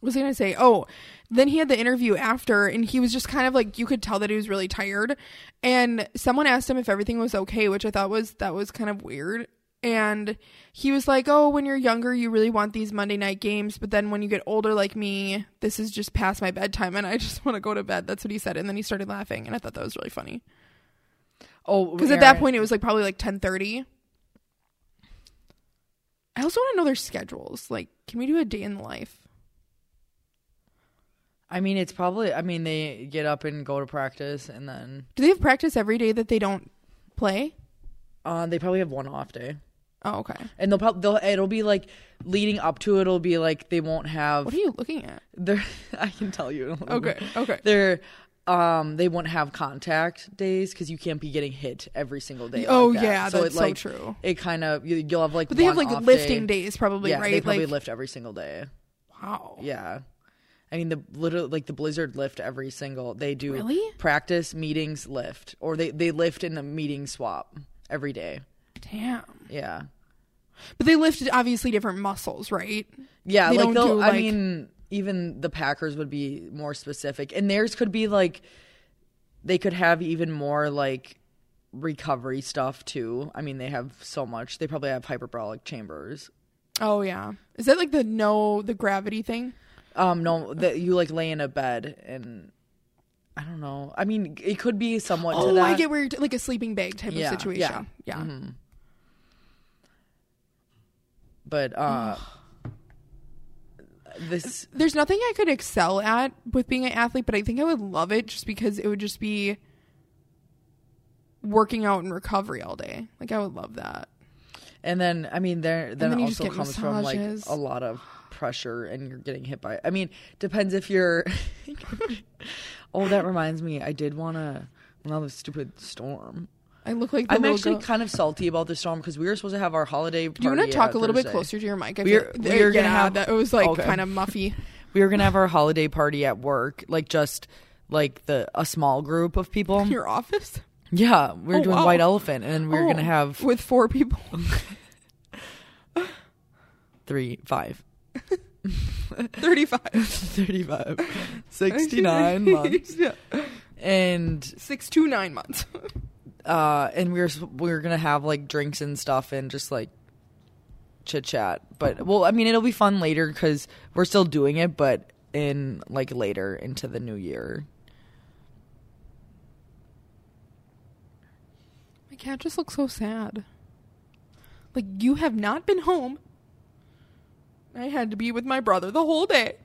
S1: what was I gonna say? Oh, then he had the interview after, and he was just kind of like you could tell that he was really tired. And someone asked him if everything was okay, which I thought was that was kind of weird. And he was like, "Oh, when you're younger, you really want these Monday night games, but then when you get older, like me, this is just past my bedtime, and I (laughs) just want to go to bed." That's what he said. And then he started laughing, and I thought that was really funny
S2: Oh,
S1: because at that
S2: Aaron-
S1: point it was like probably like ten thirty. I also want to know their schedules. Like, can we do a day in the life?
S2: I mean, it's probably. I mean, they get up and go to practice, and then
S1: Do they have practice every day that they don't play?
S2: uh, they probably have one off day,
S1: Oh, okay.
S2: and they'll probably they'll, it'll be like leading up to it, it'll be like they won't have.
S1: What are you looking at?
S2: (laughs) They're, I can tell you. in a little
S1: Okay,
S2: bit.
S1: okay.
S2: They're um they won't have contact days because you can't be getting hit every single day.
S1: Oh,
S2: like that.
S1: yeah,
S2: so
S1: that's
S2: it,
S1: so
S2: like,
S1: true.
S2: It kind of you, you'll have like.
S1: But they have
S2: one
S1: like
S2: off
S1: lifting
S2: day.
S1: days, probably,
S2: yeah,
S1: right?
S2: they probably
S1: like,
S2: lift every single day.
S1: wow.
S2: Yeah. I mean the little like the Blizzard lift every single they do
S1: Really?
S2: practice meetings lift or they they lift in a meeting swap every day.
S1: Damn.
S2: Yeah.
S1: But they lift obviously different muscles, right?
S2: Yeah,
S1: They
S2: like
S1: don't
S2: they'll
S1: do,
S2: I
S1: like-
S2: mean even the Packers would be more specific and theirs could be like they could have even more like recovery stuff too. I mean they have so much. They probably have hyperbolic chambers.
S1: Oh yeah. Is that like the no the gravity thing?
S2: Um no that you like lay in a bed and I don't know. I mean it could be somewhat to
S1: Oh,
S2: that.
S1: I get where you're t- like a sleeping bag type
S2: Yeah, Mm-hmm.
S1: of situation. Yeah.
S2: but uh this
S1: There's nothing I could excel at with being an athlete, but I think I would love it just because it would just be working out and recovery all day. Like I would love that.
S2: and then i mean there then,
S1: then
S2: it
S1: you just
S2: also
S1: get
S2: comes from like
S1: massages.
S2: a lot of pressure and you're getting hit by i mean depends if you're (laughs) oh that reminds me i did want to another stupid storm
S1: I look like the
S2: i'm
S1: little
S2: actually
S1: girl-
S2: kind of salty about the storm because we were supposed to have our holiday party
S1: Do you want to talk
S2: at
S1: a little bit
S2: Thursday.
S1: closer to your mic? I
S2: We're-
S1: feel-
S2: we're
S1: yeah,
S2: gonna have-
S1: that. It was like
S2: Okay.
S1: kind of
S2: (laughs)
S1: muffy.
S2: we were gonna have our holiday party at work like just like the a small group of people
S1: Your office.
S2: yeah we were
S1: Oh,
S2: doing
S1: wow.
S2: white elephant and then we were
S1: Oh,
S2: gonna have
S1: with four people. (laughs)
S2: three five
S1: 35.
S2: (laughs) 35 69
S1: (laughs)
S2: months
S1: yeah.
S2: (laughs) and
S1: Six to nine months.
S2: uh and we were s- we were gonna have like drinks and stuff and just like chit chat but well i mean it'll be fun later because we're still doing it but in like later into the new year
S1: My cat just looks so sad. Like, you have not been home. I had to be with my brother the whole day.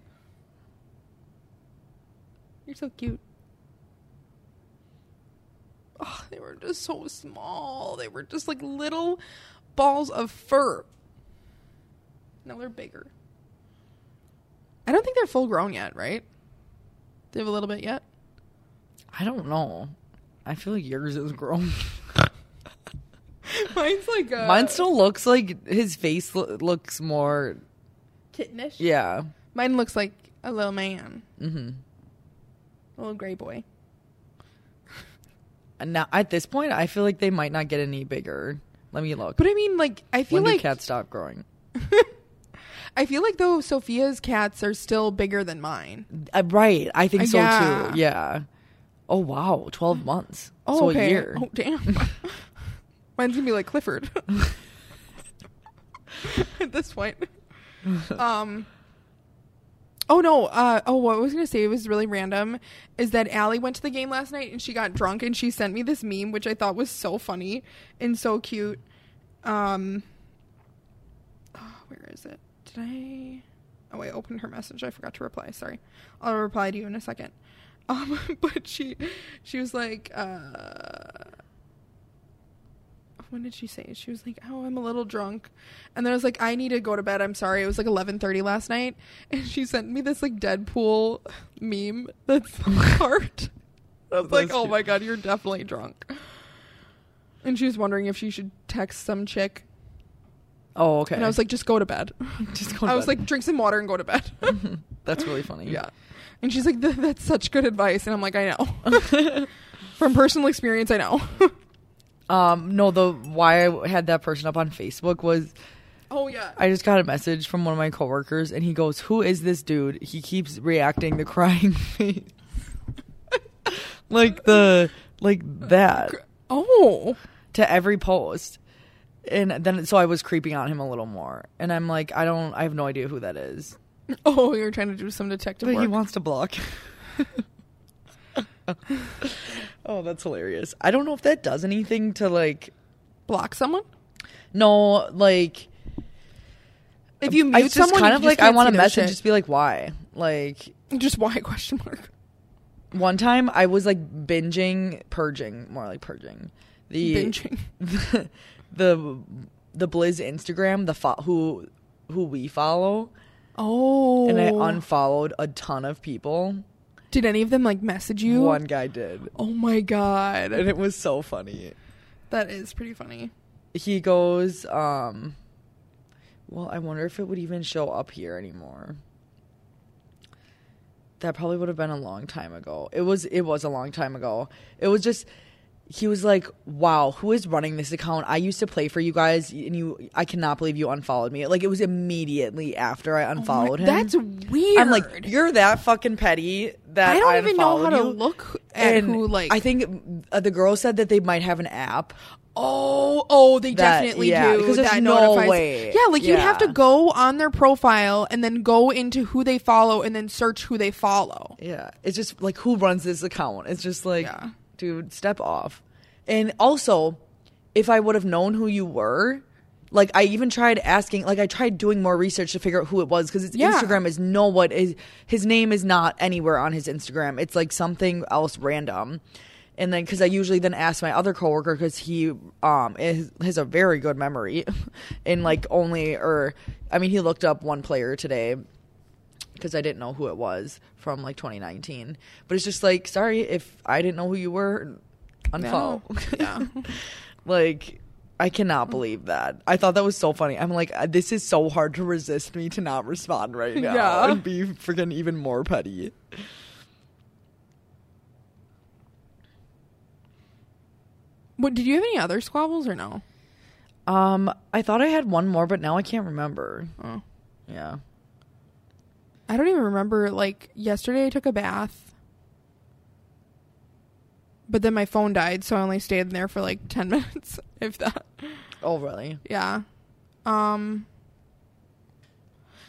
S1: You're so cute. Oh, they were just so small. They were just like little balls of fur. Now they're bigger. I don't think they're full grown yet, right? They have a little bit yet. (laughs)
S2: I don't know. I feel like yours is grown.
S1: Mine's like a
S2: Mine still looks like his face lo- looks more.
S1: kittenish.
S2: Yeah.
S1: Mine looks like a little man,
S2: Mm-hmm.
S1: a little gray boy.
S2: And now at this point, I feel like they might not get any bigger. Let me look.
S1: But I mean, like I feel
S2: when
S1: like
S2: do cats stop growing?
S1: I feel like though Sophia's cats are still bigger than mine.
S2: Uh, right. I think so
S1: Yeah.
S2: too. Yeah. Oh wow, twelve months.
S1: Oh,
S2: so
S1: okay.
S2: a year.
S1: Oh, damn. (laughs) Mine's gonna be like Clifford. (laughs) At this
S2: (laughs)
S1: point. Um. Oh no. Uh. Oh, what I was gonna say it was really random. Is that Allie went to the game last night and she got drunk and she sent me this meme which I thought was so funny and so cute. Um. oh, where is it? Did I? Oh, I opened her message. I forgot to reply. Sorry. I'll reply to you in a second. (laughs) Um, but she, she was like, uh, when did she say? it? She was like, oh, I'm a little drunk, and then I was like, I need to go to bed. I'm sorry. It was like 11:30 last night, (laughs) and she sent me this like Deadpool meme that's (laughs) heart. I was like,
S2: That's
S1: oh
S2: cute.
S1: my god, you're definitely drunk. And she was wondering if she should text some chick
S2: Oh, okay.
S1: and I was like, just go to bed.
S2: (laughs)
S1: (laughs)
S2: just go to
S1: I was
S2: bed.
S1: like, drink some water and go to (laughs) bed.
S2: that's really funny.
S1: yeah. And she's like, "Th- that's such good advice. And I'm like, I (laughs) know. From personal experience, I know.
S2: (laughs) Um, no, the why I had that person up on Facebook was
S1: (laughs) oh, yeah.
S2: I just got a message from one of my coworkers, and he goes, "Who is this dude?" He keeps reacting the crying (laughs) face, like the like that
S1: oh.
S2: to every post, and then so I was creeping on him a little more, and I'm like, I don't, I have no idea who that is,
S1: Oh, you're trying to do some detective
S2: but he
S1: work.
S2: wants to block. (laughs) oh, that's hilarious. I don't know if that does anything to like
S1: (laughs) Block someone?
S2: no like.
S1: If you mute
S2: I just
S1: someone,
S2: kind
S1: you
S2: of
S1: just
S2: like I
S1: can't
S2: want
S1: see
S2: to
S1: their
S2: message,
S1: shit.
S2: just be like, why? Like
S1: Just why? Question (laughs) mark.
S2: one time I was like binging, purging, more like purging the
S1: Binging.
S2: (laughs) the the, Blizz Instagram, the fo- who who we follow,
S1: Oh.
S2: and I unfollowed a ton of people.
S1: Did any of them like message you?
S2: One guy did,
S1: Oh my god.
S2: and it was so funny.
S1: That is pretty funny.
S2: He goes, um, well, I wonder if it would even show up here anymore. that probably would have been a long time ago. It was it was a long time ago. It was just he was like, "Wow, who is running this account? I used to play for you guys and you I cannot believe you unfollowed me." Like it was immediately after I unfollowed him.
S1: Oh That's weird.
S2: I'm like, "You're that fucking petty that
S1: I
S2: I
S1: don't even know how
S2: unfollowed
S1: to
S2: you."
S1: look at
S2: And
S1: who like
S2: I think uh, the girl said that they might have an app.
S1: Oh, oh, they
S2: That-
S1: definitely
S2: yeah,
S1: do.
S2: because there's
S1: that
S2: no
S1: notifies.
S2: way.
S1: Yeah, like you'd have to
S2: Yeah.
S1: go on their profile and then go into who they follow and then search who they follow.
S2: Yeah. It's just like who runs this account? It's just like,
S1: Yeah.
S2: dude, step off. And also, if I would have known who you were, like I even tried asking, like I tried doing more research to figure out who it was because his
S1: Yeah.
S2: Instagram is no what is his name is not anywhere on his Instagram. It's like something else random. And then, because I usually then ask my other coworker because he um is, has a very good memory, (laughs) and like only or I mean he looked up one player today because I didn't know who it was from like 2019. But it's just like, sorry if I didn't know who you were, unfollow. (laughs)
S1: Yeah.
S2: like, I cannot believe that. I thought that was so funny. I'm like, uh, this is so hard to resist me to not respond right now
S1: Yeah.
S2: and be freaking even more petty.
S1: What did you have any other squabbles or no?
S2: Um, I thought I had one more, but now I can't remember.
S1: Oh.
S2: Yeah.
S1: I don't even remember. Like yesterday, I took a bath, but then my phone died, so I only stayed in there for like ten (laughs) minutes, if that.
S2: Oh, really?
S1: Yeah. Um.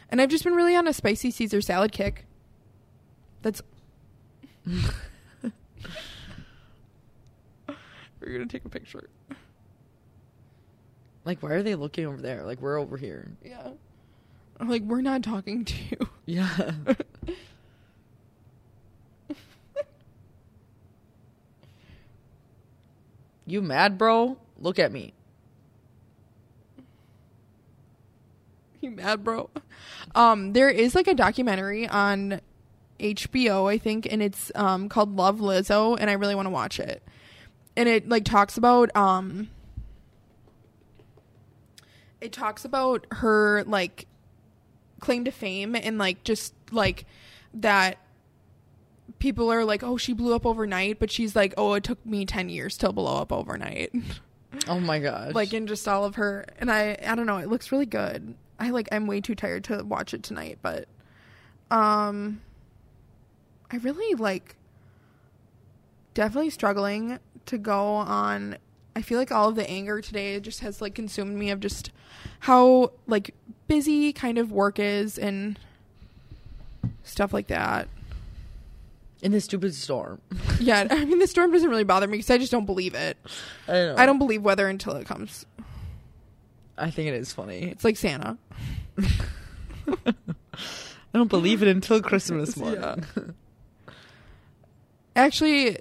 S1: And I've just been really on a spicy Caesar salad kick. That's. (laughs) We're gonna take a picture.
S2: Like, why are they looking over there? Like, we're over here.
S1: Yeah. I'm like, we're not talking to you.
S2: Yeah. You mad, bro? Look at me.
S1: You mad, bro? Um, there is like a documentary on HBO, I think, and it's um called Love Lizzo, and I really want to watch it. And it like talks about um it talks about her like claim to fame and like just like that people are like, Oh, she blew up overnight, but she's like, Oh, it took me ten years to blow up overnight. (laughs)
S2: Oh my gosh.
S1: like in just all of her and i i don't know it looks really good i like i'm way too tired to watch it tonight but um i really like definitely struggling to go on i feel like all of the anger today just has like consumed me of just how like busy kind of work is and stuff like that
S2: in this stupid storm.
S1: yeah (laughs) i mean the storm doesn't really bother me because i just don't believe it
S2: I don't.
S1: i don't believe weather until it comes
S2: I think it is funny.
S1: it's like santa
S2: I don't believe it until (laughs) Christmas morning.
S1: Yeah. actually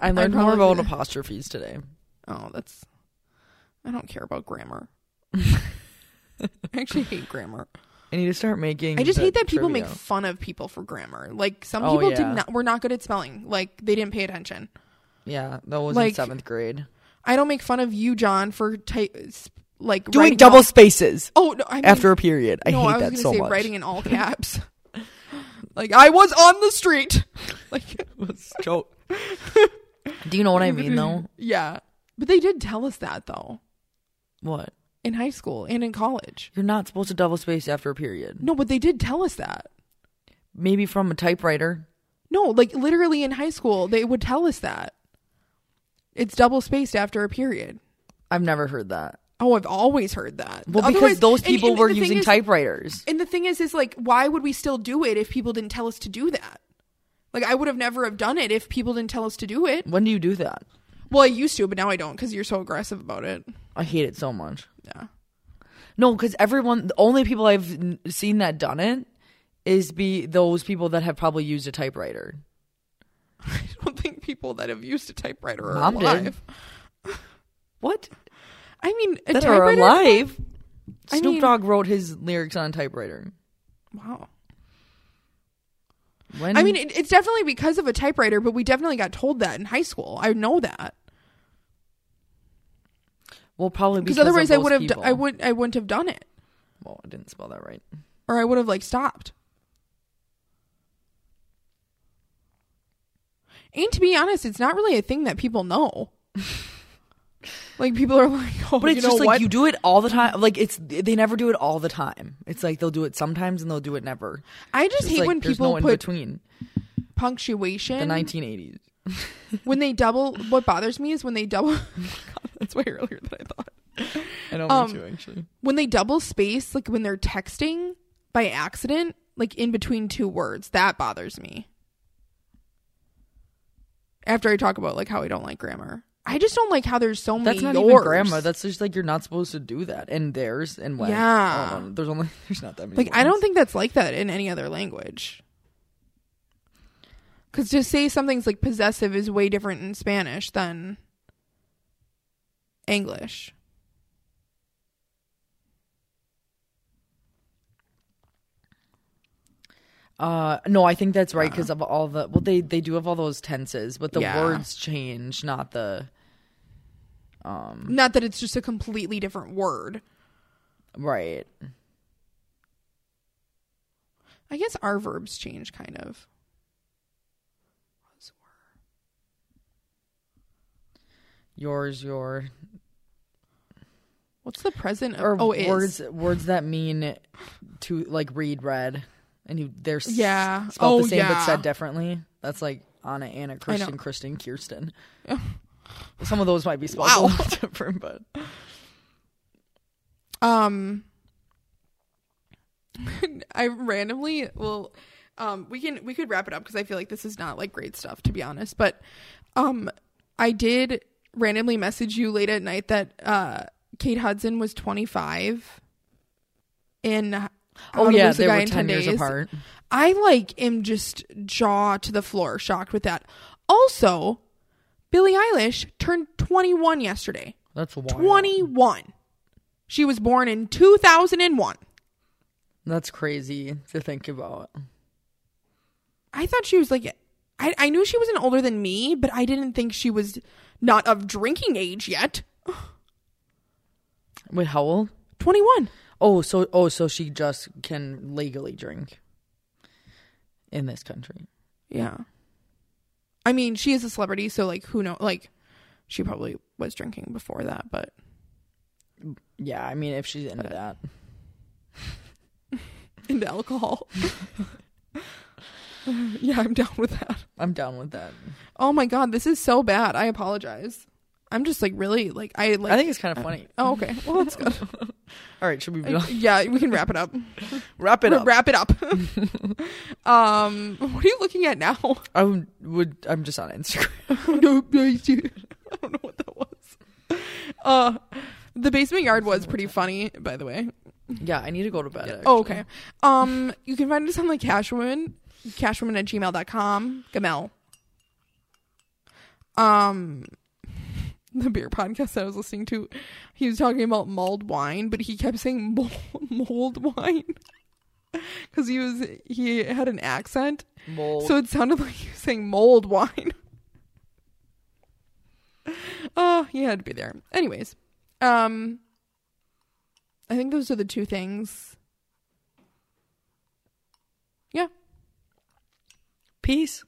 S2: I learned
S1: I
S2: more
S1: probably-
S2: about apostrophes today.
S1: Oh, that's. I don't care about
S2: (laughs)
S1: grammar. I actually hate grammar.
S2: I need to start making.
S1: I just hate that people make
S2: trivia.
S1: fun of people for grammar. Like some
S2: Oh,
S1: people
S2: yeah.
S1: did not were not good at spelling. Like they didn't pay attention.
S2: yeah, that was in
S1: like-
S2: seventh grade.
S1: I don't make fun of you, John, for type like
S2: Doing
S1: writing
S2: double
S1: all-
S2: spaces
S1: oh, no, I mean,
S2: after a period. I
S1: no,
S2: hate
S1: I was
S2: that
S1: gonna
S2: so
S1: say
S2: much. (laughs)
S1: writing in all caps. (laughs) like I was on the street. (laughs) Like
S2: joke. (laughs) Do you know what I mean (laughs) though?
S1: yeah, but they did tell us that though
S2: What?
S1: in high school and in college.
S2: You're not supposed to double space after a period.
S1: No, but they did tell us that.
S2: Maybe from a typewriter.
S1: No, like literally in high school, they would tell us that. It's double spaced after a period.
S2: I've never heard that.
S1: Oh, I've always heard that.
S2: Well, because
S1: Otherwise-
S2: those
S1: and-
S2: people
S1: and
S2: were
S1: the thing
S2: using
S1: is-
S2: typewriters.
S1: And the thing is, is like, why would we still do it if people didn't tell us to do that? Like, I would have never have done it if people didn't tell us to do it.
S2: When do you do that?
S1: Well, I used to, but now I don't because you're so aggressive about it.
S2: I hate it so much.
S1: Yeah. (laughs)
S2: No, because everyone, the only people I've n- seen that done it is be those people that have probably used a typewriter.
S1: I don't think people that have used a typewriter are
S2: Mom did.
S1: alive.
S2: What?
S1: I mean, a
S2: That are
S1: typewriter.
S2: alive.
S1: I
S2: Snoop
S1: mean-
S2: Dogg wrote his lyrics on a typewriter.
S1: Wow.
S2: When?
S1: I mean, it, it's definitely because of a typewriter, but we definitely got told that in high school. I know that.
S2: well, probably
S1: because
S2: because
S1: otherwise
S2: of
S1: I
S2: those
S1: would have d-
S2: people.
S1: I would I wouldn't have done it
S2: Well, I didn't spell that right.
S1: or I would have like stopped. And to be honest, it's not really a thing that people
S2: (laughs)
S1: know. like people are like, oh,
S2: But it's
S1: you know
S2: just like
S1: what?
S2: you do it all the time. Like it's they never do it all the time. It's like they'll do it sometimes and they'll do it never.
S1: I just hate
S2: like,
S1: when
S2: there's
S1: people
S2: no in
S1: put
S2: between the
S1: punctuation.
S2: (laughs) 1980s.
S1: when they double, what bothers me is when they
S2: (laughs)
S1: double. that's way earlier than I thought.
S2: I don't
S1: Um,
S2: mean to actually.
S1: When they double space, like when they're texting by accident, like in between two words, that bothers me. After I talk about like how I don't like grammar, I just don't like how there's so many.
S2: That's not
S1: yours.
S2: even grandma. That's just like you're not supposed to do that. And theirs and when.
S1: Yeah.
S2: I don't know. There's only (laughs) there's not that many.
S1: like I
S2: ones.
S1: don't think that's like that in any other language. Because to say something's like possessive is way different in Spanish than English.
S2: Uh, no, I think that's right because of all the well, they they do have all those tenses, but the
S1: Yeah.
S2: words change, not the Hmm.
S1: Not that it's just a completely different word.
S2: right.
S1: I guess our verbs change kind of.
S2: Yours, your
S1: What's the present of
S2: or
S1: oh is.
S2: words words that mean to like read read, and you they're s-
S1: Yeah.
S2: spelled
S1: Oh,
S2: the same but
S1: yeah.
S2: said differently. That's like Anna, Anna, Kristen,
S1: (laughs)
S2: Kristen, Kirsten. Some of those might be spelled a
S1: Wow.
S2: little (laughs) different, but
S1: Um, (laughs) I randomly well, um, we can we could wrap it up because I feel like this is not like great stuff to be honest. But, um, I did randomly message you late at night that uh Kate Hudson was 25. In (laughs) How
S2: oh
S1: to
S2: yeah,
S1: Lose a
S2: they
S1: Guy
S2: were
S1: in
S2: ten years
S1: Days.
S2: apart.
S1: I like am just jaw to the floor shocked with that. Also, Billie Eilish turned 21 yesterday.
S2: That's wild.
S1: 21. She was born in 2001.
S2: That's crazy to think about.
S1: I thought she was like, I, I knew she wasn't older than me, but I didn't think she was not of drinking age yet.
S2: Wait, how old?
S1: 21.
S2: Oh, so oh, so she just can legally drink in this country.
S1: Yeah. I mean, she is a celebrity, so like, who knows? Like, she probably was drinking before that, but
S2: Yeah, I mean, if she's into that,
S1: (laughs) into (laughs) alcohol. yeah, I'm down with that.
S2: I'm down with that.
S1: Oh my god, this is so bad. I apologize. I'm just like really like I like.
S2: I think it's kind of funny.
S1: oh, okay. Well, that's good.
S2: All right, should we be on?
S1: (laughs) yeah, we can wrap it up.
S2: wrap it up?
S1: Wrap it up.
S2: (laughs)
S1: (laughs) um, what are you looking at now?
S2: I would, would. I'm just on Instagram.
S1: I don't (laughs) know what that was. Uh, the basement yard was pretty funny, by the way.
S2: yeah, I need to go to bed.
S1: Oh,
S2: actually.
S1: okay. Um, you can find us on the Cashwoman, cashwoman at gmail.com, Gamel. Um, (laughs) the beer podcast that I was listening to, he was talking about mulled wine, but he kept saying (laughs) mold, mold wine because he was he had an accent,
S2: Mold.
S1: so it sounded like he was saying mold wine. Oh, he had to be there. Anyways, um, I think those are the two things. Yeah.
S2: peace.